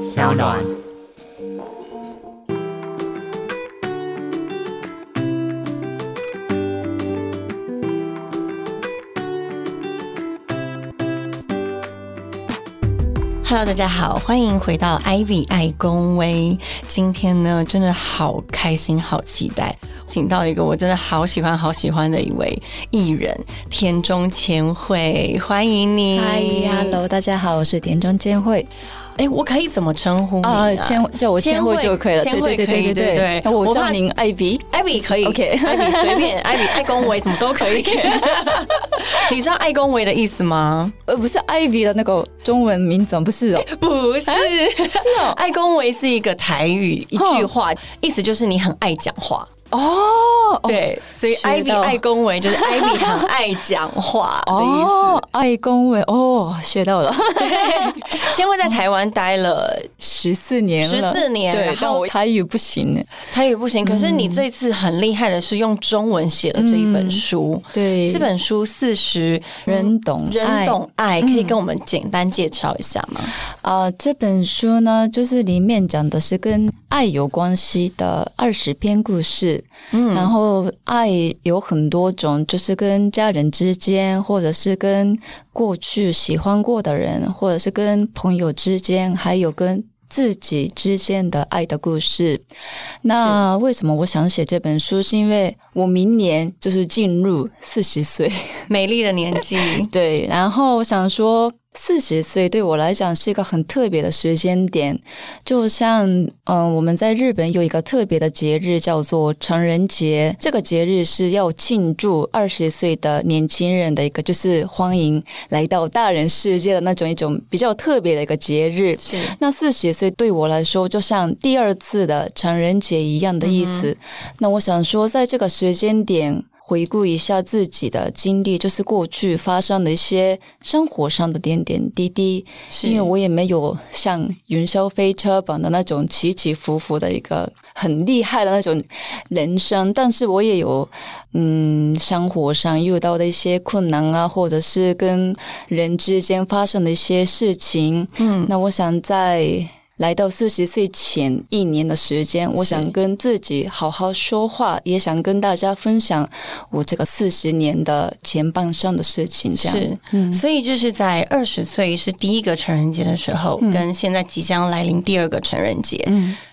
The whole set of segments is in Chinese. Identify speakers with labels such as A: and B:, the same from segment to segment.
A: 小暖。
B: Hello，大家好，欢迎回到 Ivy 爱公微。今天呢，真的好开心，好期待，请到一个我真的好喜欢、好喜欢的一位艺人田中千惠，欢迎你。
C: 嗨，Hello，大家好，我是田中千惠。
B: 哎，我可以怎么称呼你啊？
C: 啊，千叫我千惠就可以了。
B: 千惠
C: 对对
B: 可以
C: 对
B: 对对
C: 对，那我叫您艾比。
B: 艾比可以
C: OK
B: 艾比随便，艾比爱恭维什么都可以。 你知道爱恭维的意思吗？
C: 呃，不是艾比的那个中文名怎么不是哦？
B: 不是，
C: 是哦，
B: 爱恭维是一个台语一句话，意思就是你很爱讲话。
C: 哦，
B: 对，所以
C: 学
B: 艾比
C: 到
B: 爱恭维就是艾比很爱讲话的意思。
C: 哦，爱公文哦，学到了，
B: 千惠在台湾待了，
C: 十四年了，
B: 14年然
C: 对
B: 后，
C: 但我台语不行呢。
B: 台语不
C: 嗯
B: 行，可是你这次很厉害的是用中文写了这一本书。
C: 嗯对，
B: 这本书四十
C: 人懂
B: 嗯
C: 哎
B: 人
C: 爱嗯
B: 懂爱，可以跟我们简单介绍一下 吗？
C: 啊、这本书呢，就是里面讲的是跟爱有关系的二十篇故事。嗯，然后爱有很多种，就是跟家人之间，或者是跟过去喜欢过的人，或者是跟朋友之间，还有跟自己之间的爱的故事。那为什么我想写这本书？是因为我明年就是进入四十岁。
B: 美丽的年纪，
C: 对，然后我想说，四十岁对我来讲是一个很特别的时间点，就像嗯、呃我们在日本有一个特别的节日叫做成人节，这个节日是要庆祝二十岁的年轻人的一个，就是欢迎来到大人世界的那种一种比较特别的一个节日。
B: 是
C: 那四十岁对我来说，就像第二次的成人节一样的意思。那我想说，在这个时间点。回顾一下自己的经历，就是过去发生的一些生活上的点点滴滴，
B: 是
C: 因为我也没有像云霄飞车般的那种起起伏伏的一个很厉害的那种人生，但是我也有嗯生活上遇到的一些困难啊，或者是跟人之间发生的一些事情，嗯，那我想在。来到四十岁前一年的时间，我想跟自己好好说话，也想跟大家分享我这个四十年的前半生的事情。这样嗯
B: 是，所以就是在二十岁是第一个成人节的时候，
C: 嗯
B: 跟现在即将来临第二个成人节，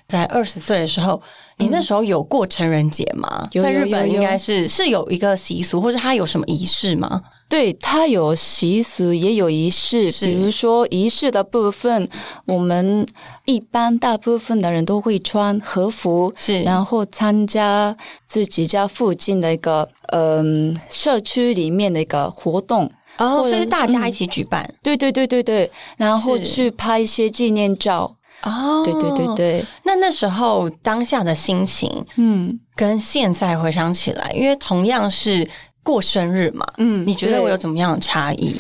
B: 在二十岁的时候，你那时候有过成人节吗？
C: 嗯有
B: 在
C: 有
B: 日本
C: 有
B: 应
C: 有
B: 该是是有一个习俗，或者它有什么仪式吗？
C: 对，它有习俗，也有仪式。
B: 是
C: 比如说仪式的部分，我们一般大部分的人都会穿和服，
B: 是
C: 然后参加自己家附近的一个嗯、社区里面的一个活动。
B: 哦，
C: 或者嗯
B: 所以是大家一起举办
C: 对对对对对，然后
B: 是
C: 去拍一些纪念照。
B: 哦
C: 对对对。对，
B: 那那时候当下的心情
C: 嗯
B: 跟现在回想起来，因为同样是过生日嘛，
C: 嗯
B: 你觉得
C: 对
B: 我有怎么样的差异？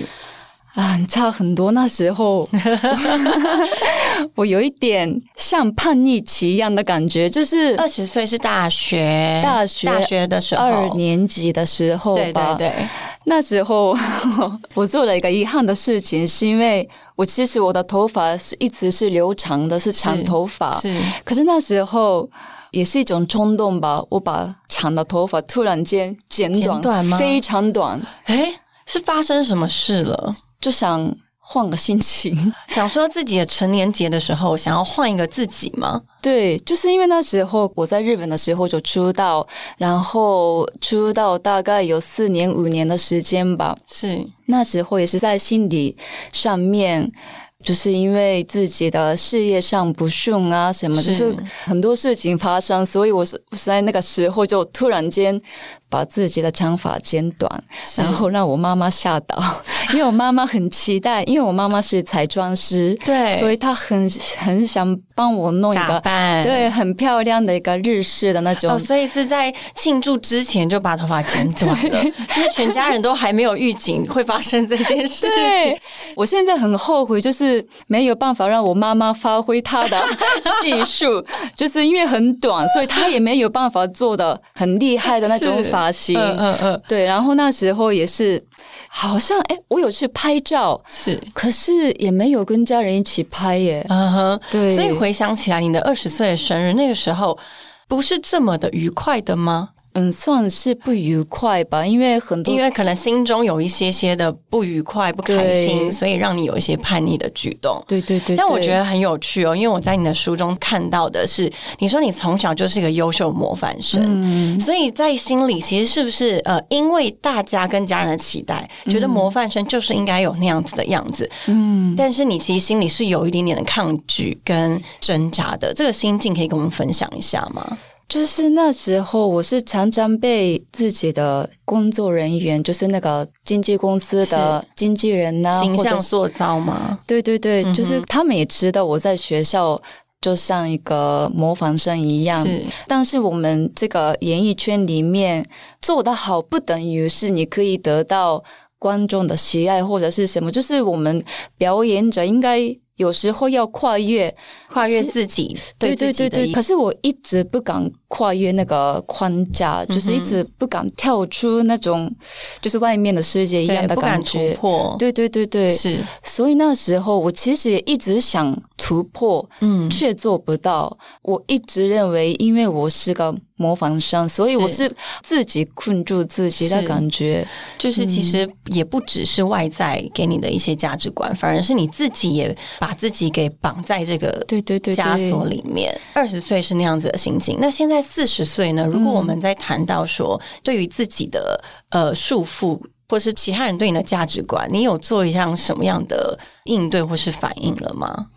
C: 啊，差很多。那时候 我有一点像叛逆期一样的感觉，就是
B: 二十岁是大学，
C: 大学
B: 大学的时候，
C: 二年级的时候吧，
B: 对对对，
C: 那时候 我做了一个遗憾的事情，是因为我其实我的头发是一直是留长的，是长头发，
B: 是
C: 可是那时候。也是一种冲动吧，我把长的头发突然间剪短，
B: 剪短吗
C: 非常短，
B: 哎，是发生什么事了？
C: 就想换个心情。
B: 想说自己的成年节的时候，想要换一个自己吗？
C: 对，就是因为那时候我在日本的时候就出道，然后出道大概有四年五年的时间吧，
B: 是
C: 那时候也是在心理上面，就是因为自己的事业上不顺啊，什么
B: 是
C: 就是很多事情发生，所以我是我是在那个时候就突然间把自己的长发剪短，
B: 是
C: 然后让我妈妈吓到， 因为我妈妈很期待，因为我妈妈是彩妆师，
B: 对
C: 所以她很很想帮我弄一
B: 打
C: 个。
B: 扮，
C: 对，很漂亮的一个日式的那种，
B: 哦，所以是在庆祝之前就把头发剪短了，就是全家人都还没有预警会发生这件事情。
C: 对， 我现在很后悔，就是没有办法让我妈妈发挥她 的技术，就是因为很短，所以她也没有办法做的很厉害的那种
B: 是
C: 发型。
B: 嗯嗯嗯，
C: 对，然后那时候也是，好像哎，我我有去拍照，
B: 是，
C: 可是也没有跟家人一起拍耶。
B: 嗯哼，
C: 对，
B: 所以回想起来，你的二十岁的生日那个时候不是这么的愉快的吗？
C: 嗯算是不愉快吧，因为很多
B: 因为可能心中有一些些的不愉快、不开心，
C: 对
B: 所以让你有一些叛逆的举动。
C: 对对对，
B: 但我觉
C: 得
B: 得很有趣哦，因为我在你的书中看到的是，你说你从小就是一个优秀模范生，
C: 嗯
B: 所以在心里其实是不是呃，因为大家跟家人的期待，觉得
C: 嗯
B: 模范生就是应该有那样子的样子，嗯，但是你其实心里是有一点点的抗拒跟挣扎的，这个心境可以跟我们分享一下吗？
C: 就是那时候我是常常被自己的工作人员，就是那个经纪公司的经纪人呐、
B: 形
C: 或者
B: 象嗯
C: 是
B: 塑造吗？
C: 对对对，就是他们也知道我在学校就像一个模仿生一样，
B: 是
C: 但是我们这个演艺圈里面做得好，不等于是你可以得到观众的喜爱或者是什么，就是我们表演者应该有时候要跨越，
B: 跨越自己
C: 对
B: 自
C: 对
B: 己
C: 对
B: 的
C: 对。
B: 一
C: 可是我一直不敢跨越那个框
B: 嗯
C: 架，就是一直不敢跳出那种就是外面的世界一样
B: 对
C: 的
B: 不敢
C: 感
B: 突
C: 觉。
B: 破，
C: 对对对对，
B: 是
C: 所以那时候我其实也一直想突破，
B: 嗯
C: 却做不到。我一直认为，因为我是个模仿生，所以我是自己困住自己的
B: 是
C: 感觉。
B: 就是其实也不只是外在给你的一些价值观，反而是你自己也把自己给绑在这个
C: 对对对对，
B: 枷锁里面。二十岁是那样子的心境，那现在四十岁呢？如果我们在谈到说对于自己的呃束缚，或是其他人对你的价值观，你有做一项什么样的应对或是反应了吗？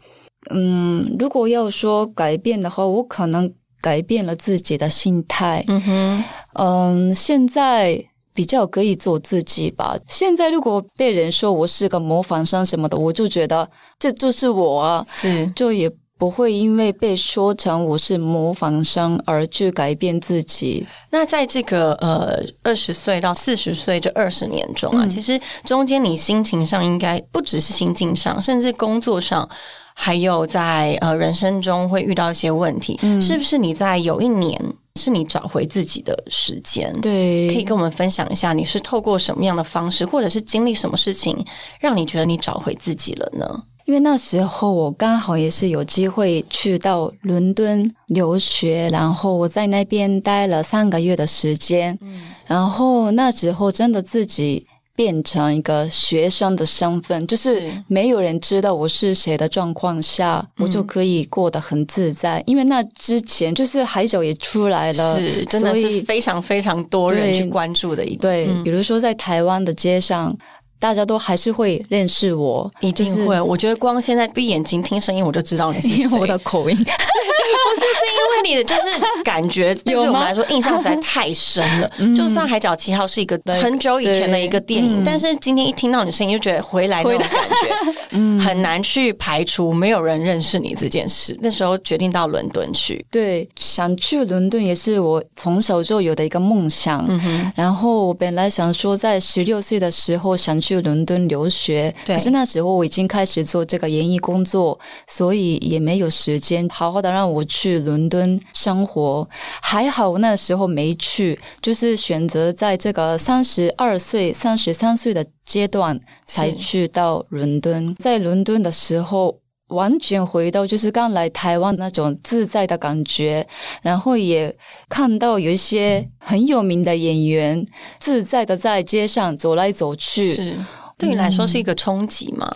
C: 嗯，如果要说改变的话，我可能改变了自己的心态。
B: 嗯哼，
C: 嗯，现在。比较可以做自己吧。现在如果被人说我是个模仿生什么的，我就觉得这就是我啊，
B: 是
C: 就也不会因为被说成我是模仿生而去改变自己。
B: 那在这个呃二十岁到四十岁这二十年中
C: 嗯
B: 啊，其实中间你心情上应该不只是心境上，甚至工作上，还有在呃人生中会遇到一些问题，
C: 嗯
B: 是不是？你在有一年是你找回自己的时间，
C: 对，
B: 可以跟我们分享一下，你是透过什么样的方式，或者是经历什么事情，让你觉得你找回自己了呢？
C: 因为那时候我刚好也是有机会去到伦敦留学，然后我在那边待了三个月的时间，
B: 嗯
C: 然后那时候真的自己。变成一个学生的身份，就是
B: 是
C: 没有人知道我是谁的状况下，
B: 嗯
C: 我就可以过得很自在。因为那之前就是海角也出来了，
B: 是，真的
C: 所
B: 是
C: 以
B: 非嗯常非常多人
C: 对
B: 去关注的一个，
C: 对，比如说在台湾的街上，大家都还是会认识我，
B: 一定
C: 就是
B: 会。我觉得光现在闭眼睛听声音，我就知道你是谁。
C: 因为我的口音。
B: 不是，是因为你的就是感觉对我们来说印象实在太深了。 就算《海角七号》是一个很久以前的一个电影，但是今天一听到你声音，就觉得回来那种感 觉，嗯很难去排除没有人认识你这件事。那时候决定到伦敦去，
C: 对，想去伦敦也是我从小就有的一个梦想。
B: 嗯
C: 然后我本来想说，在十六岁的时候想去伦敦留学，
B: 对
C: 可是那时候我已经开始做这个演艺工作，所以也没有时间好好的让我去伦敦生活。还好我那时候没去，就是选择在这个三十二岁、三十三岁的阶段才
B: 是
C: 去到伦敦。在伦敦的时候，完全回到就是刚来台湾那种自在的感觉，然后也看到有一些很有名的演员自在的在街上走来走去，
B: 是对你来说是一个冲击嘛？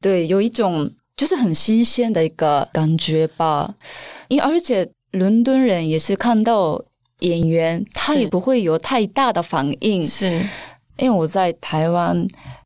C: 对，有一种就是很新鲜的一个感觉吧。因而且伦敦人也是看到演员，他
B: 是
C: 也不会有太大的反应，
B: 嗯是
C: 因为我在台湾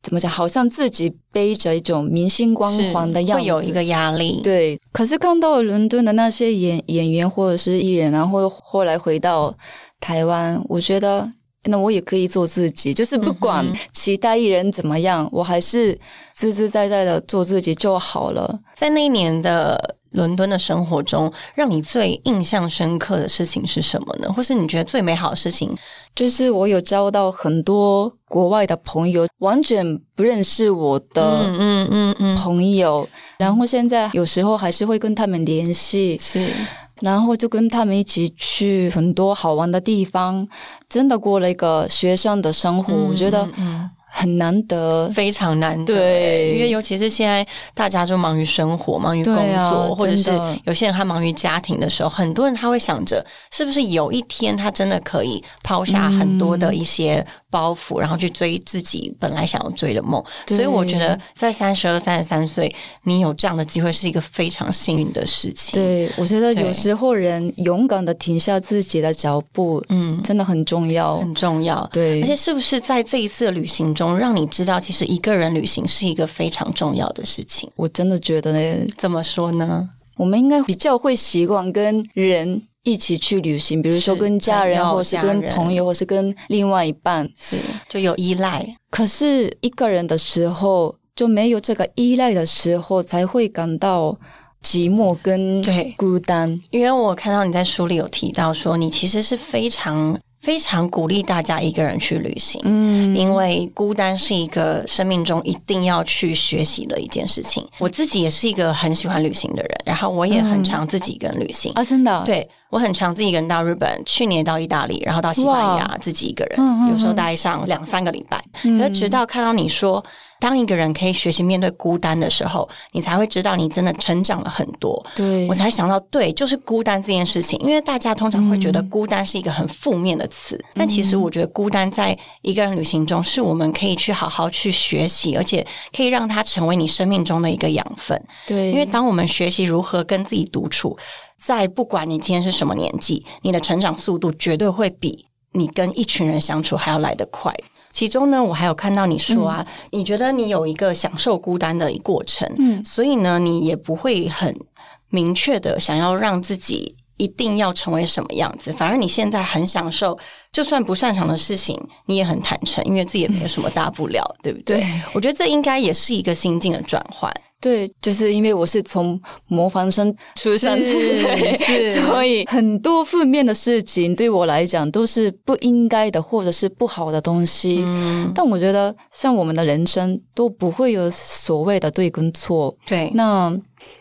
C: 怎么讲，好像自己背着一种明星光环的样子，
B: 会有一个压力。
C: 对，可是看到伦敦的那些演演员或者是艺人，然后后来回到台湾，我觉得那我也可以做自己，就是不管其他艺人怎么样，我还是自自在在的做自己就好了。
B: 在那一年的伦敦的生活中，让你最印象深刻的事情是什么呢？或是你觉得最美好的事情？
C: 就是我有交到很多国外的朋友，完全不认识我的
B: 嗯嗯嗯，
C: 朋友，然后现在有时候还是会跟他们联系，
B: 是
C: 然后就跟他们一起去
B: 嗯
C: 很多好玩的地方，真的过了一个学生的生活，我觉得很难得。
B: 非常难得欸
C: 对
B: 因为尤其是现在大家就忙于生活、忙于工
C: 对啊
B: 作，或者是
C: 真的
B: 有些人他忙于家庭的时候，很多人他会想着，是不是有一天他真的可以抛下很多
C: 嗯
B: 的一些包袱，然后去追自己本来想要追的梦。
C: 对
B: 所以我觉得在三十二、三十三岁，你有这样的机会是一个非常幸运的事情。，
C: 对，我觉得
B: 对
C: 有时候人勇敢的停下自己的脚步，
B: 嗯，
C: 真的很重要。
B: 很重要。
C: 对，
B: 而且是不是在这一次的旅行中，让你知道其实一个人旅行是一个非常重要的事情？
C: 我真的觉得呢，
B: 怎么说呢？
C: 我们应该比较会习惯跟人一起去旅行，比如说
B: 是
C: 跟家
B: 朋
C: 人，
B: 友
C: 或是
B: 家
C: 跟
B: 人
C: 朋友，或是跟另外一半。
B: 是就有依赖，
C: 可是一个人的时候，就没有这个依赖的时候，才会感到寂寞跟
B: 对
C: 孤单。
B: 因为我看到你在书里有提到说，你其实是非常非常鼓励大家一个人去旅行。
C: 嗯，
B: 因为孤单是一个生命中一定要去学习的一件事情。我自己也是一个很喜欢旅行的人，然后我也很常自己一个人旅行。
C: 啊，真的啊，
B: 对我很常自己一个人到日本，去年也到意大利，然后到西班牙自己一个人，
C: 嗯嗯
B: 有时候待上两三个礼拜。可是直到看到你说，当一个人可以学习面对孤单的时候，你才会知道你真的成长了很多。
C: 对
B: 我，才想到，对，就是孤单这件事情，因为大家通常会觉得孤单是一
C: 嗯
B: 个很负面的词，但其实我觉得孤单在一个人旅行中，是我们可以去好好去学习，而且可以让它成为你生命中的一个养分。
C: 对，
B: 因为当我们学习如何跟自己独处，在不管你今天是什么年纪，你的成长速度绝对会比你跟一群人相处还要来得快。其中呢，我还有看到你说啊，你觉得你有一个享受孤单的过程，
C: 嗯
B: 所以呢，你也不会很明确的想要让自己一定要成为什么样子，反而你现在很享受，就算不擅长的事情，你也很坦诚，因为自己也没有什么大不了，对不对？
C: 对
B: 我觉得这应该也是一个心境的转换。
C: 对，就是因为我是从模范生出身，
B: 是
C: 对
B: 是
C: 所以很多负面的事情对我来讲都是不应该的，或者是不好的东西。
B: 嗯，
C: 但我觉得，像我们的人生都不会有所谓的对跟错。
B: 对，
C: 那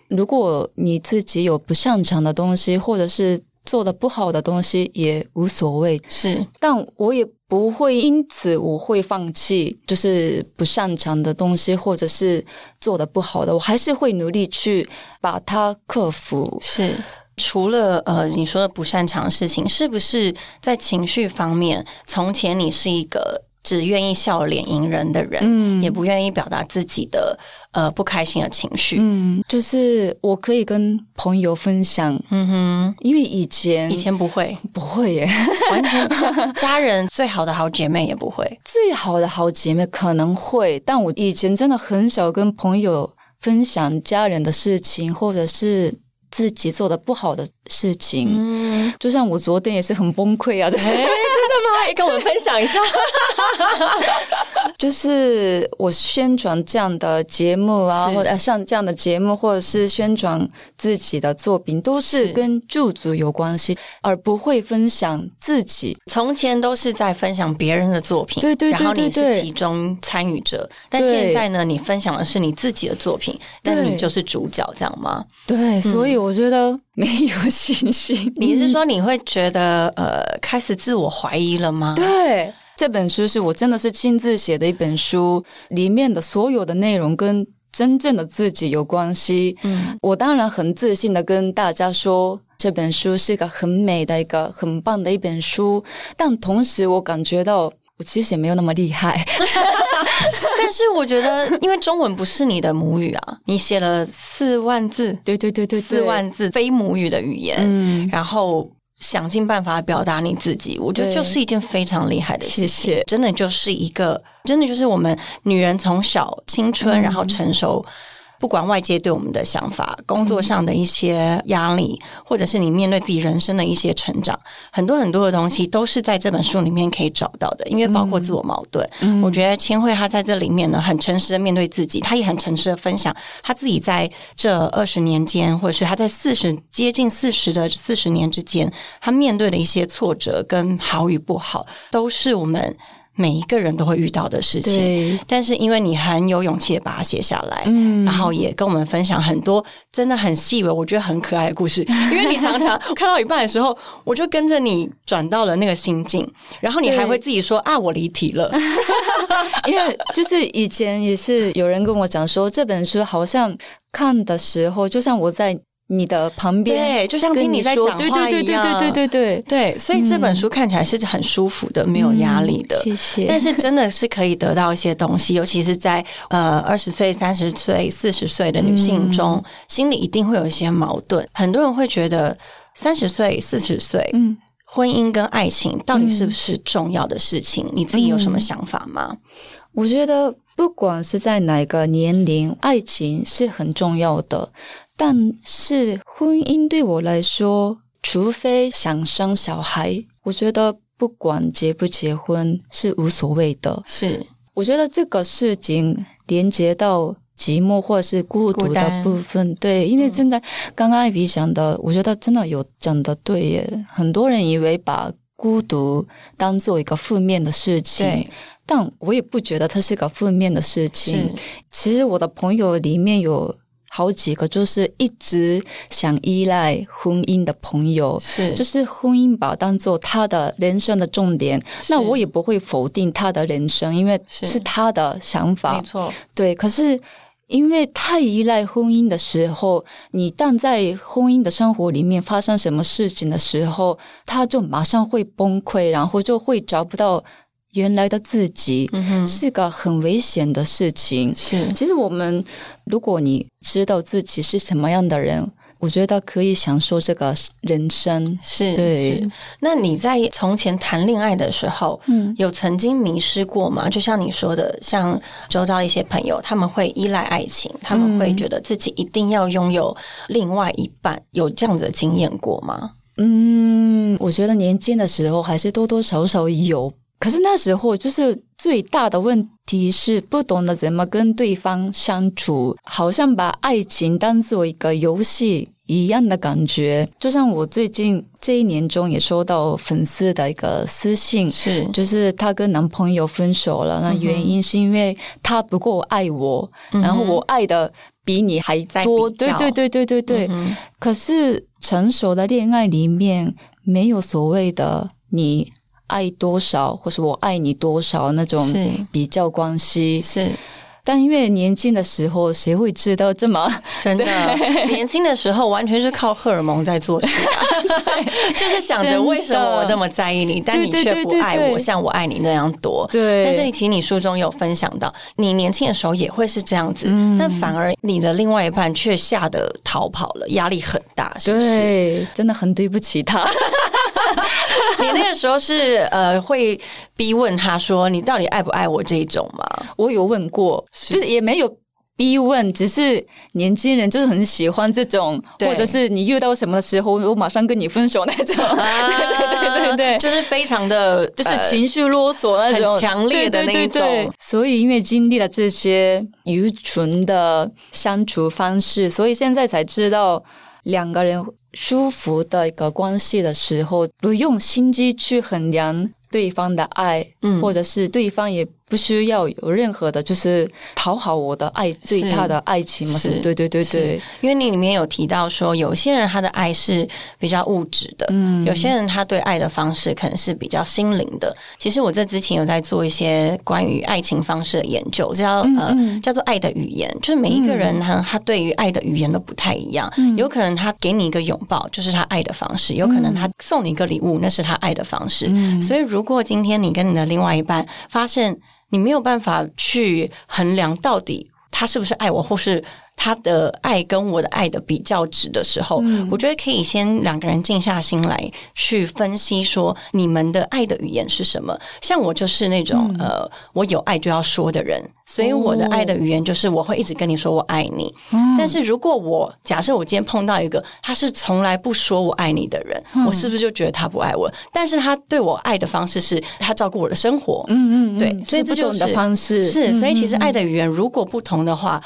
C: 如果你自己有不擅长的东西，或者是做的不好的东西，也无所谓。
B: 是
C: 但我也不会因此我会放弃，就是不擅长的东西或者是做的不好的，我还是会努力去把它克服。
B: 是。除了呃你说的不擅长的事情，是不是在情绪方面，从前你是一个只愿意笑脸迎人的人，
C: 嗯
B: 也不愿意表达自己的呃不开心的情绪？
C: 嗯，就是我可以跟朋友分享，
B: 嗯
C: 因为以前
B: 哼，以前不会，
C: 不会耶。
B: 完全不像家人最好的好姐妹也不会。
C: 最好的好姐妹可能会，但我以前真的很少跟朋友分享家人的事情，或者是自己做的不好的事情。
B: 嗯，
C: 就像我昨天也是很崩溃啊，
B: 哎，真的吗？也跟我们分享一下。
C: 就是我宣传这样的节目啊，
B: 是
C: 或者像这样的节目，或者是宣传自己的作品，都
B: 是
C: 是跟驻足有关系，而不会分享自己。
B: 从前都是在分享别人的作品，
C: 对对对
B: 然后你
C: 对
B: 是
C: 对
B: 其中参与者，但
C: 对
B: 现在呢，你分享的是你自己的作品，但
C: 对
B: 你就是主角，这样吗？
C: 对，所以我觉得没有信心。
B: 你是说你会觉得呃，开始自我怀疑了吗？
C: 对，这本书是我真的是亲自写的一本书，里面的所有的内容跟真正的自己有关系。
B: 嗯，
C: 我当然很自信的跟大家说，这本书是一个很美的一个很棒的一本书，但同时我感觉到。我其实也没有那么厉 害，
B: 但是我觉得，因为中文不是你的母语啊，你写了四万字，
C: 对对对对
B: 四，万字非母语的语言，
C: 嗯，
B: 然后想尽办法表达你自己，我觉得
C: 对
B: 就是一件非常厉害的事情。
C: 谢谢
B: 真的就是一个，真的就是我们女人从小青
C: 嗯
B: 春，然后成熟。不管外界对我们的想法、工作上的一些压力，或者是你面对自己人生的一些成长，很多很多的东西都是在这本书里面可以找到的。因为包括自我矛盾，我觉得千惠她在这里面呢，很诚实的面对自己，她也很诚实的分享她自己在这二十年间，或者是她在四十接近四十的四十年之间，她面对的一些挫折跟好与不好，都是我们。每一个人都会遇到的事情。
C: 对，
B: 但是因为你很有勇气的把它写下来，
C: 嗯
B: 然后也跟我们分享很多真的很细微，我觉得很可爱的故 事。因为你常常我看到一半的时候，我就跟着你转到了那个心境，然后你还
C: 对
B: 会自己说啊，我离题 了。
C: 因为就是以前也是有人跟我讲说，这本书好像看的时候，就像我在你的旁边，
B: 对就像
C: 跟
B: 听你
C: 你
B: 在
C: 说
B: 讲
C: 对
B: 话
C: 对对
B: 一
C: 对
B: 样
C: 对对对对，
B: 对，所以这本书看起来是很舒服的，没有压力的。
C: 嗯谢谢。
B: 但是真的是可以得到一些东西，尤其是在呃二十岁、三十岁、四十岁的女性中，
C: 嗯
B: 心里一定会有一些矛盾。很多人会觉得三十岁、四十岁，
C: 嗯
B: 婚姻跟爱情到底是不是重要的事情？你自己有什么想法吗？
C: 我觉得不管是在哪个年龄，爱情是很重要的，但是婚姻对我来说，除非想生小孩，我觉得不管结不结婚是无所谓的。
B: 是
C: 我觉得这个事情连接到寂寞或者是孤独
B: 孤
C: 的
B: 单
C: 部分，对，因为真的、刚刚艾比讲的，我觉得真的有讲的对耶。很多人以为把孤独当做一个负面的事情
B: 对，
C: 但我也不觉得它是个负面的事
B: 是
C: 情。其实我的朋友里面有好几个，就是一直想依赖婚姻的朋友，
B: 是
C: 就是是婚姻把当做他的人生的重点，那我也不会否定他的人生，因为
B: 是
C: 是他的想
B: 没
C: 法。
B: 错，
C: 对，可是因为太依赖婚姻的时候，你但在婚姻的生活里面发生什么事情的时候，他就马上会崩溃，然后就会找不到原来的自己，
B: 嗯哼，
C: 是个很危险的事情。
B: 是
C: 其实我们，如果你知道自己是什么样的人，我觉得可以享受这个人生。
B: 是，
C: 对
B: 是。那你在从前谈恋爱的时候，
C: 嗯
B: 有曾经迷失过吗？就像你说的，像周遭的一些朋友，他们会依赖爱情，他们会觉得自己一定要拥有另外一半，有这样子的经验过吗？
C: 嗯，我觉得年轻的时候还是多多少少有，可是那时候就是最大的问题是不懂得怎么跟对方相处，好像把爱情当做一个游戏一样的感觉。就像我最近这一年中也收到粉丝的一个私信，
B: 是
C: 就是她跟男朋友分手了，那原因是因为他不够爱我，然后我爱的比你还
B: 在
C: 嗯多，
B: 比
C: 对
B: 较
C: 对对对对对。可是成熟的恋爱里面，没有所谓的你爱多少，或是我爱你多少那种
B: 是
C: 比较关系。
B: 是
C: 但因为年轻的时候，谁会知道这么
B: 真的，年轻的时候完全是靠荷尔蒙在做事、 啊，就是想
C: 真
B: 着
C: 的
B: 为什么我那么在意你，但你
C: 对对
B: 却
C: 对
B: 不
C: 对
B: 爱
C: 对
B: 我，像我爱你那样多。
C: 对
B: 但是你其实你书中有分享到，你年轻的时候也会是这样子，
C: 嗯
B: 但反而你的另外一半却吓得逃跑了，压力很大，是不是？
C: 对，真的很对不起他。
B: 你那个时候是呃会逼问他说你到底爱不爱我这一种吗？
C: 我有问过，就是也没有逼问，只是年轻人就是很喜欢这种，
B: 对
C: 或者是你遇到什么的时候，我马上跟你分手那种， 啊
B: 啊
C: 对对对 对。
B: 就是非常的
C: 就是
B: 呃
C: 情绪勒索那种、
B: 很强烈的那一种
C: 对对对对所以因为经历了这些愚蠢的相处方式，所以现在才知道两个人舒服的一个关系的时候，不用心机去衡量对方的爱，
B: 嗯
C: 或者是对方也不需要有任何的，就是讨好我的爱对他的爱情嘛，
B: 是
C: 什么对对对
B: 是
C: 对，
B: 因为你里面有提到说，有些人他的爱是比较物质的，嗯，有些人他对爱的方式可能是比较心灵的。其实我这之前有在做一些关于爱情方式的研究，叫呃叫做爱的语言，就是每一个人他他对于爱的语言都不太一样，有可能他给你一个拥抱就是他爱的方式，有可能他送你一个礼物那是他爱的方式。所以如果今天你跟你的另外一半发现你没有办法去衡量到底他是不是爱我，或是他的爱跟我的爱的比较值的时候，我觉得可以先两个人静下心来去分析，说你们的爱的语言是什么。像我就是那种、呃，我有爱就要说的人，所以我的爱的语言就是我会一直跟你说我爱你。
C: 嗯
B: 但是如果我假设我今天碰到一个他是从来不说我爱你的人，
C: 嗯
B: 我是不是就觉得他不爱我？但是他对我爱的方式是他照顾我的生活，
C: 嗯嗯嗯
B: 对所以
C: 是
B: 这
C: 不
B: 就
C: 懂的
B: 是
C: 方式
B: 是，所以其实爱的语言如果不同的话，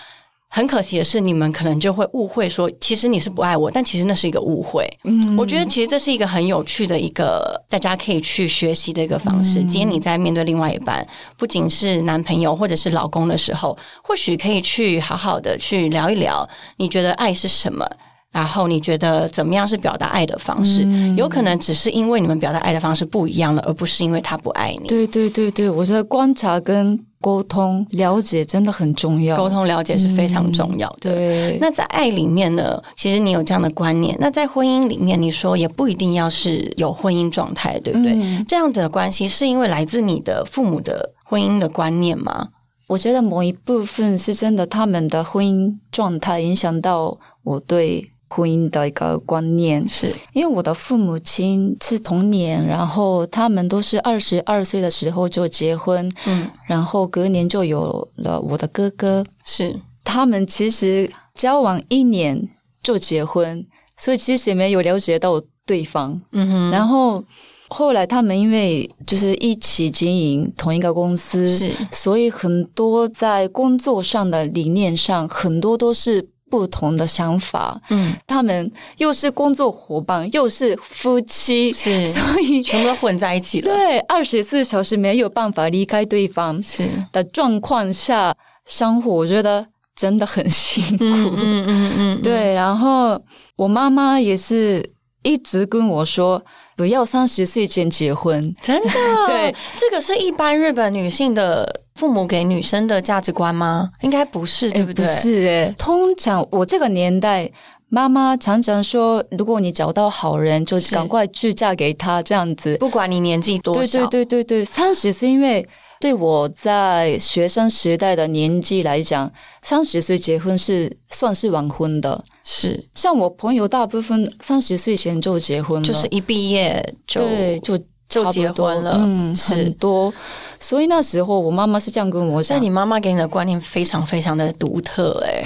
B: 很可惜的是，你们可能就会误会说，其实你是不爱我，但其实那是一个误会。嗯，我觉得其实这是一个很有趣的一个大家可以去学习的一个方式。今天你在面对另外一半，不仅是男朋友或者是老公的时候，或许可以去好好的去聊一聊，你觉得爱是什么？然后你觉得怎么样是表达爱的方式？有可能只是因为你们表达爱的方式不一样了，而不是因为他不爱你。
C: 对对对对，我觉得观察跟沟通了解真的很重要。
B: 沟通了解是非常重要的。
C: 对，
B: 那在爱里面呢，其实你有这样的观念；那在婚姻里面，你说也不一定要是有婚姻状态，对不对？
C: 嗯
B: 这样的关系是因为来自你的父母的婚姻的观念吗？
C: 我觉得某一部分是真的，他们的婚姻状态影响到我对婚姻的一个观念。
B: 是
C: 因为我的父母亲是同年，然后他们都是二十二岁的时候就结婚，
B: 嗯，
C: 然后隔年就有了我的哥哥。
B: 是，
C: 他们其实交往一年就结婚，所以其实也没有了解到对方。
B: 嗯哼，
C: 然后后来他们因为就是一起经营同一个公司，
B: 是
C: 所以很多在工作上的理念上，很多都是不同的想法。
B: 嗯
C: 他们又是工作伙伴，又是夫妻，
B: 是
C: 所以
B: 全部都混在一起了。
C: 对二十四小时没有办法离开对方
B: 是，
C: 的状况下相互，我觉得真的很辛苦。
B: 嗯嗯嗯嗯，
C: 对，然后我妈妈也是一直跟我说，不要三十岁前结婚。啊哎
B: 真 的，
C: 对，
B: 这个是一般日本女性的父母给女生的价值观吗？应该不是，对不
C: 哎不
B: 对？
C: 是诶，通常我这个年代，妈妈常常说，如果你找到好人，就是赶快去嫁给他这样子。
B: 不管你年纪多
C: 对
B: 少，
C: 对对对对，三十是因为对我在学生时代的年纪来讲，三十岁结婚是算是晚婚的。
B: 是，
C: 像我朋友大部分三十岁前就结婚了，
B: 就是一毕业就
C: 对，就
B: 就
C: 差不
B: 结
C: 多
B: 婚了
C: 嗯，
B: 是
C: 很多。所以那时候我妈妈是这样跟我
B: 所以
C: 讲，
B: 你妈妈给你的观念非常非常的独特哎、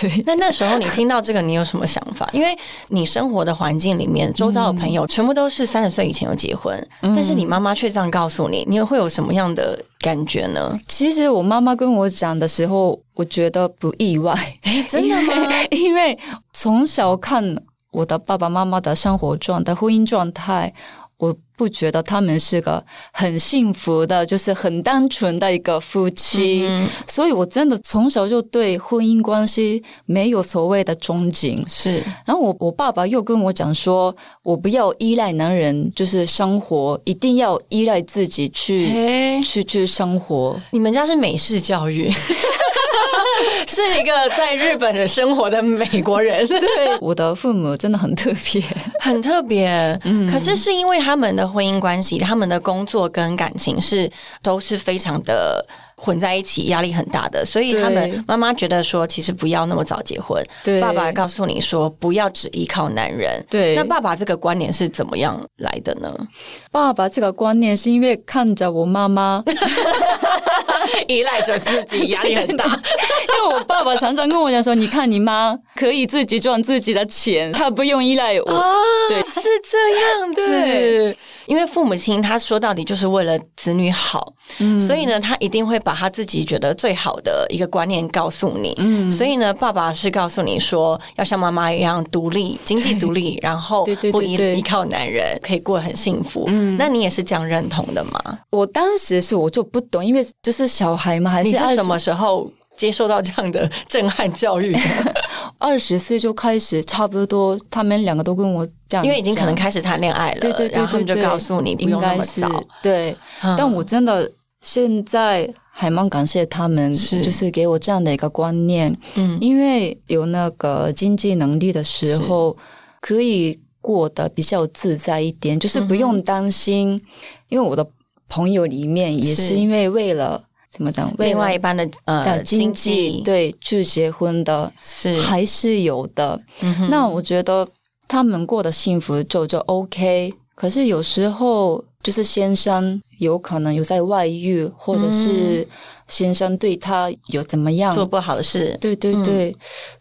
C: 对
B: 那那时候你听到这个，你有什么想法？因为你生活的环境里面，周遭的朋友全部都是三十岁以前就结婚，但是你妈妈却这样告诉你，你会有什么样的感觉呢？
C: 其实我妈妈跟我讲的时候，我觉得不 意外，
B: 真的吗？
C: 因为从小看我的爸爸妈妈的生活状态、婚姻状态。我不觉得他们是个很幸福的，就是很单纯的一个夫妻，
B: 嗯
C: 所以我真的从小就对婚姻关系没有所谓的憧憬。
B: 是
C: 然后我我爸爸又跟我讲说，我不要依赖男人，就是生活一定要依赖自己去
B: 诶，
C: 去去生活。
B: 你们家是美式教育。 是一个在日本的生活的美国人，
C: 对，我的父母真的很特别。
B: 很特别。可是是因为他们的婚姻关系，他们的工作跟感情是都是非常的混在一起，压力很大的，所以
C: 对
B: 他们妈妈觉得说，其实不要那么早结婚。
C: 对
B: 爸爸告诉你说，不要只依靠男人。
C: 对
B: 那爸爸这个观点是怎么样来的呢？
C: 爸爸这个观念是因为看着我妈妈，因
B: 依赖着自己，压力很 大。
C: 为我爸爸常常跟我讲说，你看你妈可以自己赚自己的钱，她不用依赖我。
B: 啊，
C: 对
B: 是这样子
C: 对。
B: 因为父母亲他说到底就是为了子女好，所以呢，他一定会把他自己觉得最好的一个观念告诉你。所以呢，爸爸是告诉你说要像妈妈一样独立，经济独 立，然后
C: 对对对
B: 不依
C: 对
B: 依靠男人，可以过得很幸福。那你也是这样认同的吗？
C: 我当时是我就不懂，因为就是小孩嘛，还
B: 你
C: 是
B: 是
C: 二
B: 什
C: 十
B: 么时候接受到这样的 震撼教育的？
C: 二十岁就开始，差不多他们两个都跟我这样讲，
B: 因为已经可能开始谈恋爱了，
C: 对对对对
B: 然后他们就
C: 对
B: 告诉你不用那么
C: 应该
B: 早
C: 是。对，
B: 嗯
C: 但我真的现在还蛮感谢他们，
B: 是
C: 就是给我这样的一个观念，
B: 嗯
C: 因为有那个经济能力的时候，可以过得比较自在一点，
B: 嗯
C: 就是不用担心。因为我的朋友里面也
B: 是
C: 是因为为了怎么讲，为
B: 另外
C: 了
B: 一半的呃
C: 的经
B: 济
C: 济对去结婚的，
B: 是
C: 还是有的。
B: 嗯哼
C: 那我觉得他们过得幸福就就 OK。可是有时候就是先生有可能有在外遇，或者是先生对他有怎么
B: 嗯
C: 样？
B: 做嗯不好的事，
C: 对对对。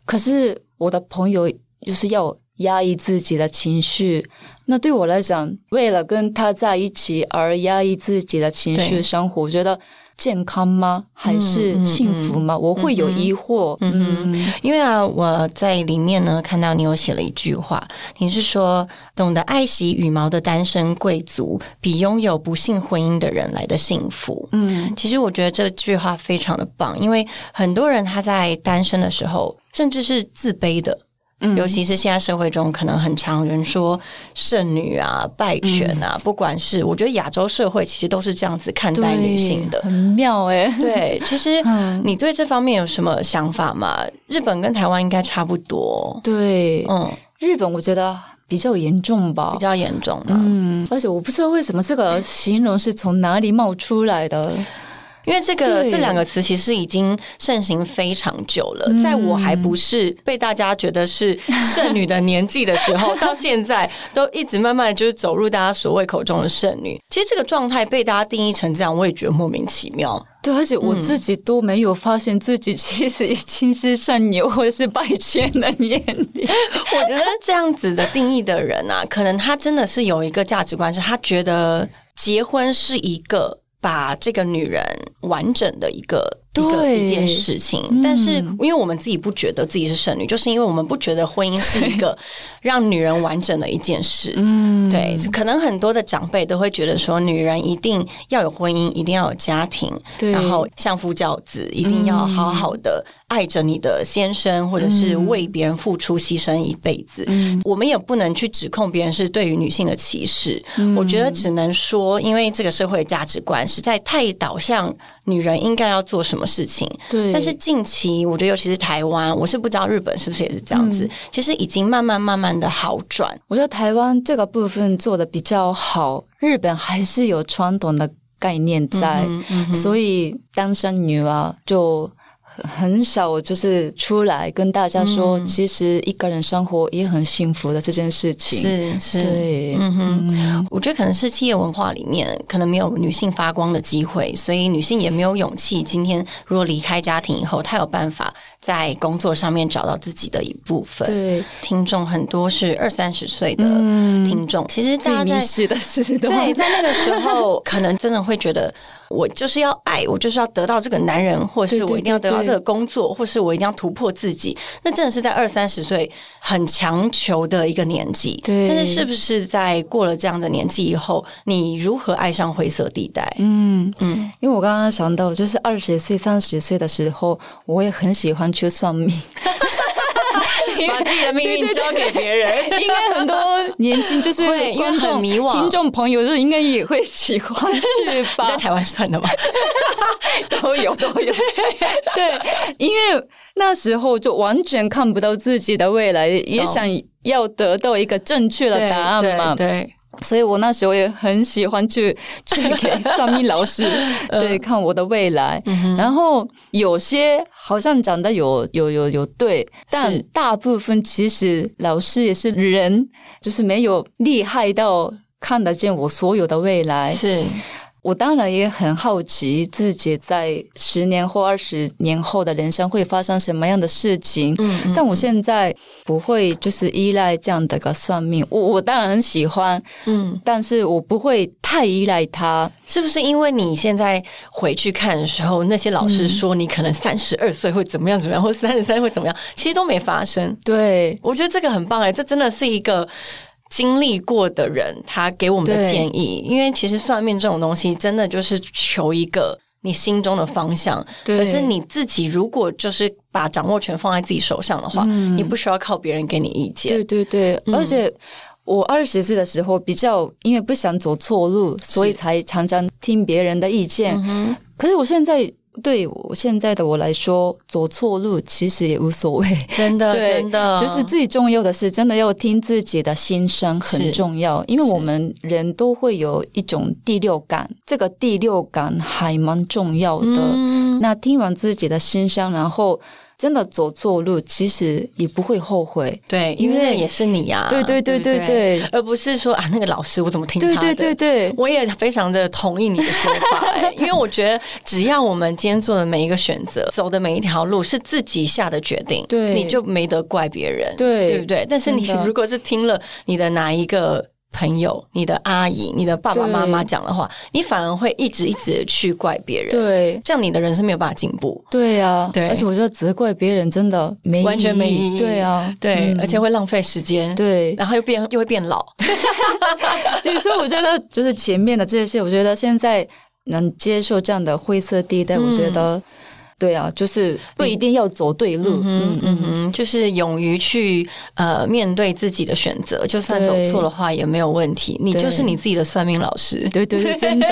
C: 可是我的朋友就是要压抑自己的情绪。那对我来讲，为了跟他在一起而压抑自己的情
B: 对嗯
C: 绪生活，我觉得健康吗？还是幸福吗？我会有疑惑。嗯
B: 因为啊，我在里面呢看到你有写了一句话，你是说懂得爱惜羽毛的单身贵族，比拥有不幸婚姻的人来的幸福。
C: 嗯
B: 其实我觉得这句话非常的棒，因为很多人他在单身的时候，甚至是自卑的。
C: 嗯
B: 尤其是现在社会中，可能很常有人说剩女啊、败犬啊，
C: 嗯
B: 不管是我觉得亚洲社会其实都是这样子看待女性的
C: 对。很妙哎、
B: 对，其实
C: 嗯
B: 你对这方面有什么想法吗？日本跟台湾应该差不多，
C: 对，
B: 嗯，
C: 日本我觉得比较严重吧，
B: 比较严重嘛。
C: 嗯，而且我不知道为什么这个形容是从哪里冒出来的。
B: 因为这个
C: 对
B: 这两个词其实已经盛行非常久了，
C: 嗯
B: 在我还不是被大家觉得是剩女的年纪的时 候，到现在都一直慢慢地就是走入大家所谓口中的剩女。其实这个状态被大家定义成这样，我也觉得莫名其妙。
C: 对，而且我
B: 嗯
C: 自己都没有发现自己其实已经是善牛或者是败犬的年龄。
B: 我觉得 这样子的定义的人啊，可能他真的是有一个价值观，是他觉得结婚是一个。把这个女人完整的一个一个
C: 对
B: 一件事情，但是因为我们自己不觉得自己是剩女，就是因为我们不觉得婚姻是一 个让女人完整的一件事。
C: 嗯，
B: 对，可能很多的长辈都会觉得说，女人一定要有婚姻，一定要有家庭，
C: 对
B: 然后相夫教子，一定要好好的爱着你的先生，或者是为别人付出牺牲一辈子。我们也不能去指控别人是对于女性的歧视，我觉得只能说，因为这个社会价值观实在太导向女人应该要做什么事情，
C: 对，
B: 但是近期，我觉得尤其是台湾，我是不知道日本是不是也是这样子，其实已经慢慢慢慢的好转。
C: 我觉得台湾这个部分做的比较好，日本还是有传统的概念在，
B: 嗯
C: 所以单身女啊就。很少就是出来跟大家
B: 嗯
C: 说，其实一个人生活也很幸福的这件事情。
B: 是是
C: 对，
B: 嗯哼，我觉得可能是企业文化里面可能没有女性发光的机会，所以女性也没有勇气。今天如果离开家庭以后，她有办法在工作上面找到自己的一部分。
C: 对，
B: 听众很多是二三十岁的听众，其实
C: 最
B: 大家
C: 迷
B: 在
C: 失的时段，
B: 对，在那个时 候，可能真的会觉得，我就是要爱，我就是要得到这个男人，或是
C: 对对
B: 我一定要得到
C: 对对
B: 这个工作，或是我一定要突破自己。那真的是在二三十岁很强求的一个年纪。
C: 对
B: 但是是不是在过了这样的年纪以后，你如何爱上灰色地 带？
C: 嗯嗯，因为我刚刚想到，就是二十岁、三十岁的时候，我也很喜欢去算命，
B: 把自己的命运交给别人。
C: 应该很多年轻就是
B: 会因为
C: 观
B: 很
C: 众
B: 迷惘
C: 听众朋友就应该也会喜 欢是
B: 你在
C: 吧？
B: 台湾算的吗？
C: 都有都有， 对，因为那时候就完全看不到自己的未来，也
B: 懂
C: 想要得到一个正确的答案嘛，
B: 对，对
C: 所以我那时候也很喜欢去 去给算命老师对看我的未来，然后有些好像讲的有有有有对，但大部分其实老师也是人，就是没有厉害到看得见我所有的未来
B: 对。是
C: 我当然也很好奇自己在十年或二十年后的人生会发生什么样的事情。
B: 嗯嗯
C: 但我现在不会就是依赖这样的一个算命，我我当然很喜欢，
B: 嗯，
C: 但是我不会太依赖他。
B: 是不是因为你现在回去看的时候，那些老
C: 嗯
B: 师说你可能三十二岁会怎么样怎么样，或三十三会怎么样，其实都没发生。
C: 对，
B: 我觉得这个很棒哎、这真的是一个经历过的人他给我们的
C: 对
B: 建议，因为其实算命这种东西，真的就是求一个。你心中的方向，
C: 对
B: 可是你自己如果就是把掌握权放在自己手上的话，你不需要靠别人给你意见。
C: 嗯对对对，而且。我二十岁的时候，比较因为不想走错路，所以才常常听别人的意见。
B: 嗯
C: 可是我现在，对我现在的我来说，走错路其实也无所谓。
B: 真的，
C: 对
B: 真的，
C: 就是最重要的是，真的要听自己的心声
B: 是
C: 很重要，因为我们人都会有一种第六感，这个第六感还蛮重要的。
B: 嗯
C: 那听完自己的心声，然后真的走错路，其实也不会后悔。
B: 对，因为
C: 因为
B: 那也是你呀、
C: 对对对
B: 啊对
C: 对
B: 不
C: 对
B: 而不是说啊那个老师我怎么听他
C: 对
B: 的。
C: 对对对，
B: 我也非常的同意你的说法、哎 因为我觉得只要我们今天做的每一个选择、走的每一条路是自己下的决定，
C: 对
B: 你就没得怪别人，
C: 对
B: 对不对？但是你
C: 真的
B: 如果是听了你的哪一个。朋友、你的阿姨、你的爸爸妈妈
C: 对
B: 讲的话，你反而会一直一直地去怪别人，
C: 对
B: 这样你的人是没有办法进步。
C: 对啊，
B: 对
C: 而且我觉得责怪别人真的没
B: 完全没意义，
C: 对啊，
B: 对，
C: 嗯
B: 而且会浪费时间，，
C: 对
B: 然后又变又会变老，
C: 对，所以我觉得就是前面的这些，我觉得现在能接受这样的灰色地带，我觉得对啊，就是不一定要走对路，嗯
B: 嗯嗯哼，就是勇于去呃面对自己的选择，就算走错的话也没有问题，你就是你自己的算命老师。
C: 对 对对，真的，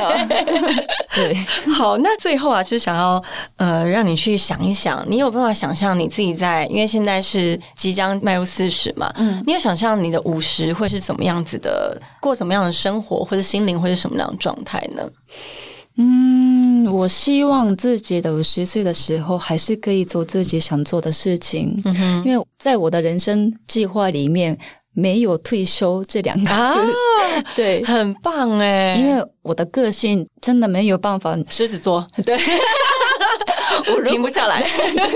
C: 对，
B: 好，那最后啊，就是想要呃让你去想一想，你有办法想象你自己在，因为现在是即将迈入四十嘛，嗯，你有想象你的五十会是怎么样子的，过怎么样的生活，或者心灵会是什么样的状态呢？
C: 嗯，我希望自己的五十岁的时候还是可以做自己想做的事情，
B: 嗯
C: 因为在我的人生计划里面没有退休这两个字，
B: 啊，
C: 对。
B: 很棒哎、
C: 因为我的个性真的没有办法
B: 狮子座
C: 对，
B: 我停不下来，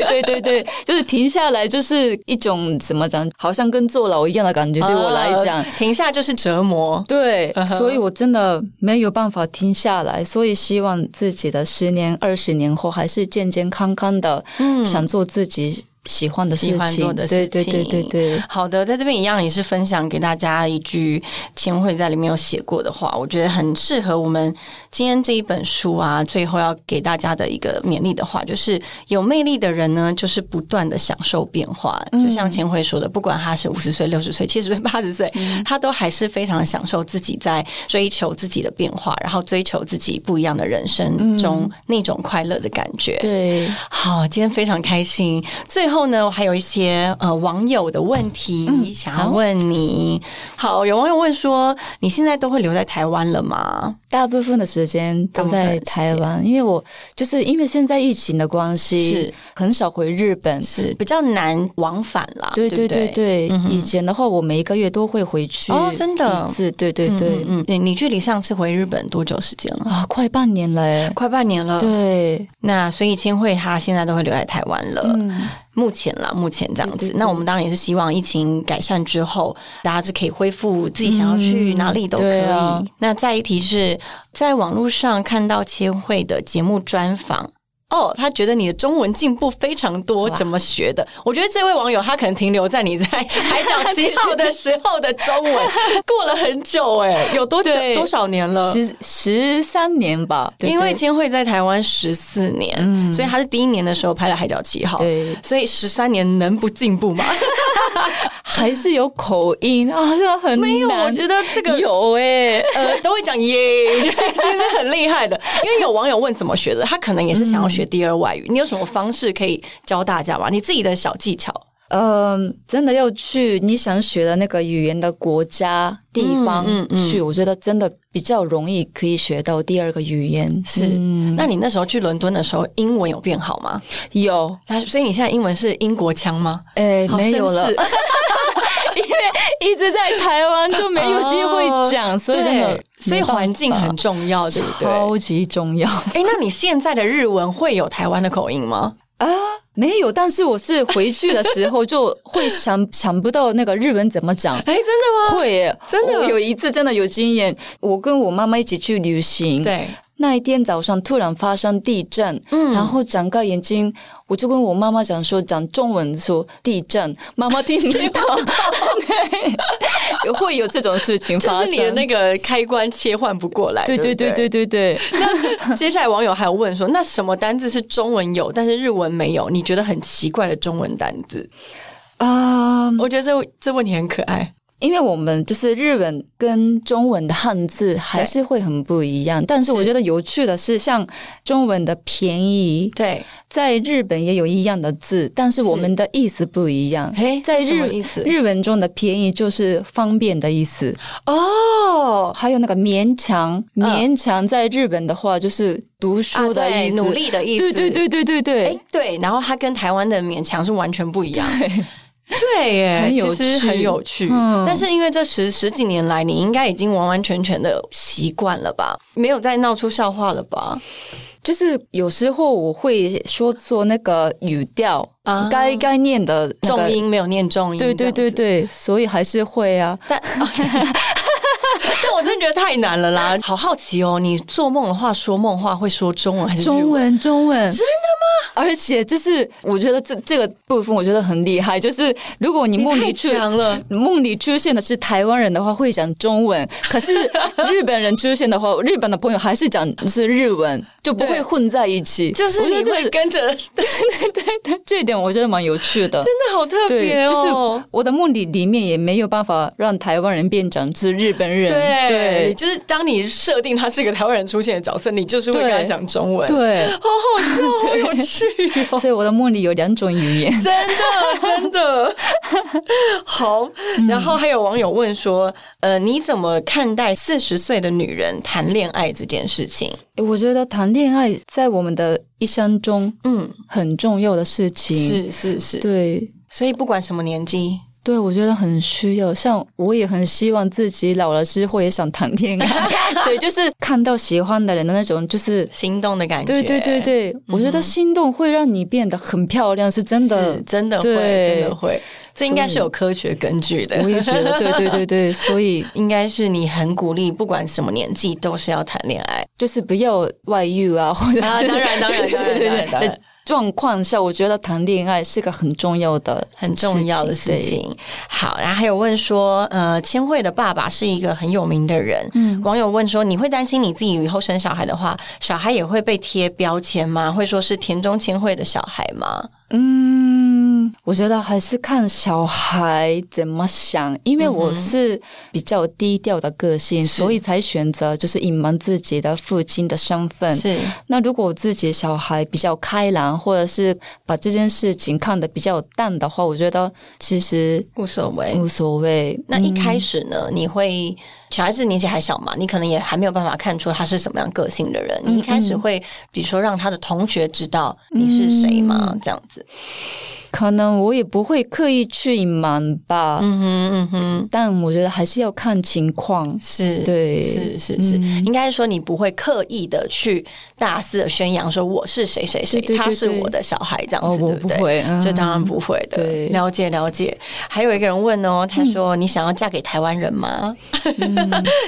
C: 对对对，就是停下来，就是一种怎么讲，好像跟坐牢一样的感 觉，对我来讲
B: 啊。停下就是折磨。
C: 对
B: 嗯哼
C: 所以我真的没有办法停下来，所以希望自己的十年、二十年后还是健健康康的，想做自己喜欢的事情，
B: 嗯喜欢做的事情，
C: 对对对对对，
B: 好的，在这边一样也是分享给大家一句千惠在里面有写过的话，我觉得很适合我们今天这一本书啊。最后要给大家的一个勉励的话，就是有魅力的人呢，就是不断的享受变化。就像千惠说的，不管他是五十岁、 六十岁、七十岁、八十岁，他都还是非常享受自己在追求自己的变化，然后追求自己不一样的人生中、那种快乐的感觉。
C: 对，
B: 好，今天非常开心。最后呢，我还有一些呃网友的问题、想要问你。好，有网友问说，你现在都会留在台湾了吗？
C: 大部分的时间都在台湾，因为我就是因为现在疫情的关系，
B: 是
C: 很少回日本，
B: 是比较难往返啦，
C: 对
B: 对
C: 对
B: 不
C: 对对，以前的话我每一个月都会回去
B: 哦真的
C: 一次，对对对，
B: 嗯嗯，你你距离上次回日本多久时间了？
C: 啊，快半年了诶，
B: 快半年了。
C: 对，嗯
B: 那所以千惠她现在都会留在台湾了。目前啦，目前这样子。
C: 对对对
B: 那我们当然也是希望疫情改善之后，大家是可以恢复自己想要去哪里都可以。
C: 嗯对啊
B: 那再一题是在网络上看到千惠的节目专访。哦，他觉得你的中文进步非常多，
C: 哇
B: 怎么学的？我觉得这位网友他可能停留在你 在海角七号的时候的中文，过了很久哎、有多久
C: 对
B: 多少年了？
C: 十十三年吧，对
B: 因为
C: 对
B: 千惠在台湾十四年，所以她是第一年的时候拍了《海角七号》，
C: 对
B: 所以十三年能不进步 吗？
C: 还是有口音啊，真的很
B: 没有，
C: 难
B: 我觉得这个
C: 有诶，
B: 呃都会讲耶， 其实很厉害的。因为有网友问怎么学的，他可能也是想要学第二外
C: 嗯
B: 语，你有什么方式可以教大家吗？你自己的小技巧。
C: 嗯，真的要去你想学的那个语言的国家地方
B: 嗯嗯
C: 去，我觉得真的比较容易可以学到第二个语言。嗯
B: 是，那你那时候去伦敦的时候，英文有变好吗？
C: 有，
B: 那所以你现在英文是英国腔吗？
C: 诶，
B: 好
C: 没有
B: 绅
C: 了
B: 士。
C: 一直在台湾就 没有机会讲，哦所以真的
B: 哦对，，所以环境很
C: 重
B: 重要，对不对？
C: 超级重要
B: 哎、那你现在的日文会有台湾的口音吗？
C: 啊！没有，但是我是回去的时候就会想想不到那个日文怎么讲。
B: 哎、真的？
C: 会耶，
B: 真的
C: 我有一啊次真的有经验，我跟我妈妈一起去旅行，，
B: 对，
C: 那一天早上突然发生地震，嗯，然后长个眼睛，我就跟我妈妈讲说，讲中文说地震，妈妈 听不到，对，会有这种事 情
B: 就
C: 发
B: 是
C: 生，
B: 你的那个开关切换不过来。
C: 对
B: 对
C: 对对
B: 不
C: 对对对。
B: 那接下来网友还有问说，那什么单字是中文有，但是日文没有？你觉得很奇怪的中文单字？
C: 嗯啊、
B: 我觉得这这问题很可爱。
C: 因为我们就是日文跟中文的汉字还是会很不一样，但是我觉得有趣的是，像中文的便宜，
B: 对，
C: 在日本也有一样的字，但是我们的意思不一样。
B: 哎，
C: 在
B: 是什么
C: 日
B: 意思？
C: 日文中的便宜就是方便的意思，
B: 哦
C: 还有那个勉强，
B: 嗯
C: 勉强在日本的话就是读
B: 啊，
C: 书的意
B: 对，
C: 思，
B: 努力的意思。
C: 对对对对对对，
B: 哎、对，然后它跟台湾的勉强是完全不一样。对耶，
C: 很有
B: 其实
C: 趣
B: 很有趣。
C: 嗯
B: 但是因为这十十几年来，你应该已经完完全全的习惯了吧？没有再闹出笑话了吧？
C: 就是有时候我会说错那个语调，
B: 啊
C: 该该念的、那个
B: 重音没有念重音，
C: 对对对。对，所以还是会啊。
B: 但、我真的觉得太难了啦！好好奇哦，你做梦的话说梦话会说中文还是日
C: 中
B: 文？
C: 文，中文，真的吗？而且就是，我觉得这这个部分我觉得很厉害，就是如果你
B: 你
C: 梦
B: 太
C: 里出
B: 强了，
C: 梦里出现的是台湾人的话会讲中文，可是日本人出现的话， 日本的朋友还是讲是日文，就不
B: 对
C: 会混在一起。
B: 就是你
C: 我觉
B: 会
C: 得
B: 跟着，真
C: 这 这一点我觉得蛮有趣的。
B: 的好特
C: 对
B: 别，
C: 就是
B: 哦。
C: 我的梦里里面也没有办法让台湾人变成是日本人。
B: 对，你
C: 对
B: 就是当你设定他是一个台湾人出现的角色，你就是会跟他
C: 对
B: 讲中文，
C: 对，
B: 好好笑，好有趣哦！
C: 所以我的梦里有两种语言。
B: 真的，真 的好。然后还有网友问说，呃，你怎么看待四十岁的女人谈恋爱这件事情？
C: 诶我觉得谈恋爱在我们的一生中
B: 嗯，
C: 很重要的事情。，
B: 是是是，
C: 对。
B: 所以不管什么年纪，
C: 对，我觉得很需要。像我也很希望自己老了之后也想谈恋爱。 对，就是看到喜欢的人的那种，就是
B: 心动的感觉，嗯
C: 对对对对，我觉得心动会让你变得很漂亮，是真
B: 是，
C: 的。
B: 真的会，
C: 对
B: 真的会，这应该是有科学根据的。
C: 我也觉得，对对对对，所以
B: 应该是你很鼓励，不管什么年纪都是要谈恋爱。
C: 就是不要外遇啊，或者是、
B: 啊当然当然
C: 对对
B: 当然
C: 对对
B: 当然
C: 的状况下，我觉得谈恋爱是个很重要的、
B: 很重要的事。情。好，然后还有问说，呃，千惠的爸爸是一个很有名的人。
C: 嗯
B: 网友问说，你会担心你自己以后生小孩的话，小孩也会被贴标签吗？会说是田中千惠的小孩吗？
C: 嗯，我觉得还是看小孩怎么想，因为我是比较低调的个性，
B: 是
C: 所以才选择就是隐瞒自己的父亲的身份。
B: 是
C: 那如果我自己小孩比较开朗，或者是把这件事情看得比较淡的话，我觉得其实
B: 无所谓。
C: 无所谓。
B: 那一
C: 嗯
B: 开始呢，你会小孩子年纪还小嘛，你可能也还没有办法看出他是什么样个性的人。
C: 嗯
B: 你一开始会，比如说让他的同学知道你是
C: 嗯
B: 谁吗？这样子。
C: 可能我也不会刻意去隐瞒吧，
B: 嗯哼，嗯哼，
C: 但我觉得还是要看情况。
B: 是，
C: 对，
B: 是是是，
C: 嗯
B: 应该说你不会刻意的去大肆的宣扬说我是谁谁谁，
C: 对对对
B: 他是
C: 对
B: 我的小孩这样
C: 哦，
B: 子，
C: 我
B: 对
C: 不
B: 对？
C: 会，嗯
B: 这当然不会的，
C: 对嗯
B: 了解了解。还有一个人问哦，他说：“你想要嫁给台湾人吗？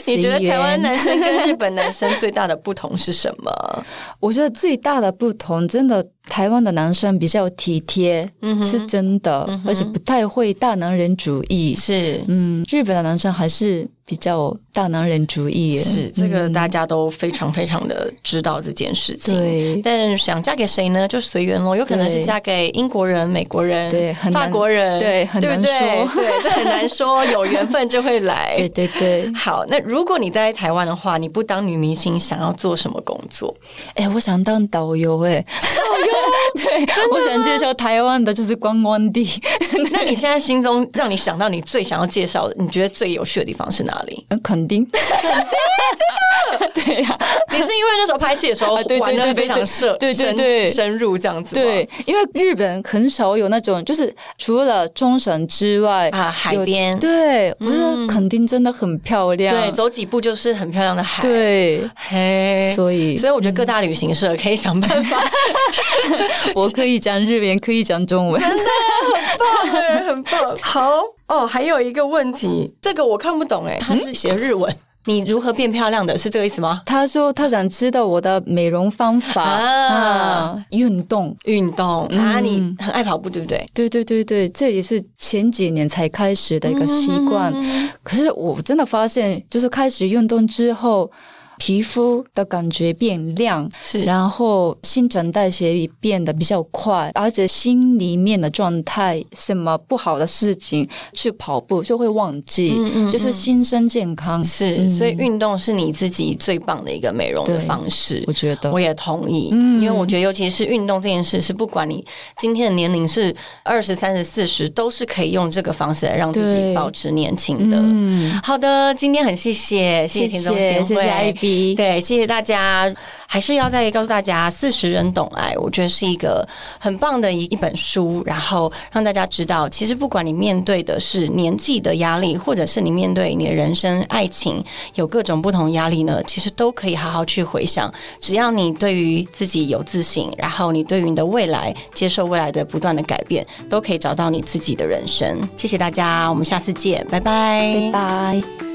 B: 你觉得台湾？
C: 嗯随缘
B: 男生跟日本 男生最大的不同是什么？
C: 我觉得最大的不同，真的台湾的男生比较体贴，是真的，而且不太会大男人主义。
B: 是
C: 嗯，日本的男生还是比较大男人主义。
B: 是，这个大家都非常非常的知道这件事情。
C: 对
B: 但想嫁给谁呢？就随缘咯，有可能是
C: 对
B: 嫁给英国人、美国人、
C: 对很
B: 法
C: 难
B: 国人，
C: 对很
B: 对不
C: 难
B: 对？
C: 说
B: 对，这很难 说，有缘分就会来。
C: 对对对，
B: 好，那如果你待在台湾的话，你不当女明星，想要做什么工 作？
C: 哎，我想当导游，哎，导游， 对，我想介绍台湾的就是观光地，
B: 那你现在心中让你想到你最想要介绍的，你觉得最有趣的地方是哪 里？
C: 嗯肯定，对呀，
B: 你是因为那时候拍戏的时候
C: 啊对对
B: 玩的
C: 对对
B: 非常深
C: 对对
B: 深
C: 对
B: 深入这样子吗，
C: 对，因为日本很少有那种，就是除了冲绳之外嗯
B: 啊，海
C: 有
B: 边，
C: 对，我觉得垦丁真的很漂亮，
B: 对，走几步就是很漂亮的海，
C: 对，
B: 嘿，
C: 所以
B: 所以我觉得各大旅行社可以想办法，
C: 我可以讲日文，可以讲中文。
B: 对， 很棒。好哦，还有一个问题，这个我看不懂哎，他是写日文，你如何变漂亮的是这个意思吗？
C: 他说他想知道我的美容方法
B: 啊
C: 啊，运动。
B: 运动啊，你很爱跑步对不对？
C: 对对对对，这也是前几年才开始的一个习
B: 嗯
C: 惯。可是我真的发现，就是开始运动之后，皮肤的感觉变亮，
B: 是
C: 然后新陈代谢也变得比较快，而且心里面的状态，什么不好的事情去跑步就会忘记，
B: 嗯
C: 就是心身健康。
B: 是，所以运动是你自己最棒的一个美容的
C: 对
B: 方式
C: 我。觉得
B: 我也同意，
C: 嗯
B: 因为我觉得，尤其是运动这件事，是不管你今天的年龄是二十三、十四十，都是可以用这个方式来让自己
C: 对嗯
B: 保持年轻的。好的，今天很谢谢，谢田中贤惠，
C: 谢谢艾比，
B: 对，谢谢大家。还是要再告诉大家，《四十人懂爱》，我觉得是一个很棒的一一本书，然后让大家知道，其实不管你面对的是年纪的压力，或者是你面对你的人生、爱情有各种不同压力呢，其实都可以好好去回想。只要你对于自己有自信，然后你对于你的未来接受未来的不断的改变，都可以找到你自己的人生。谢谢大家，我们下次见，拜拜，
C: 拜拜。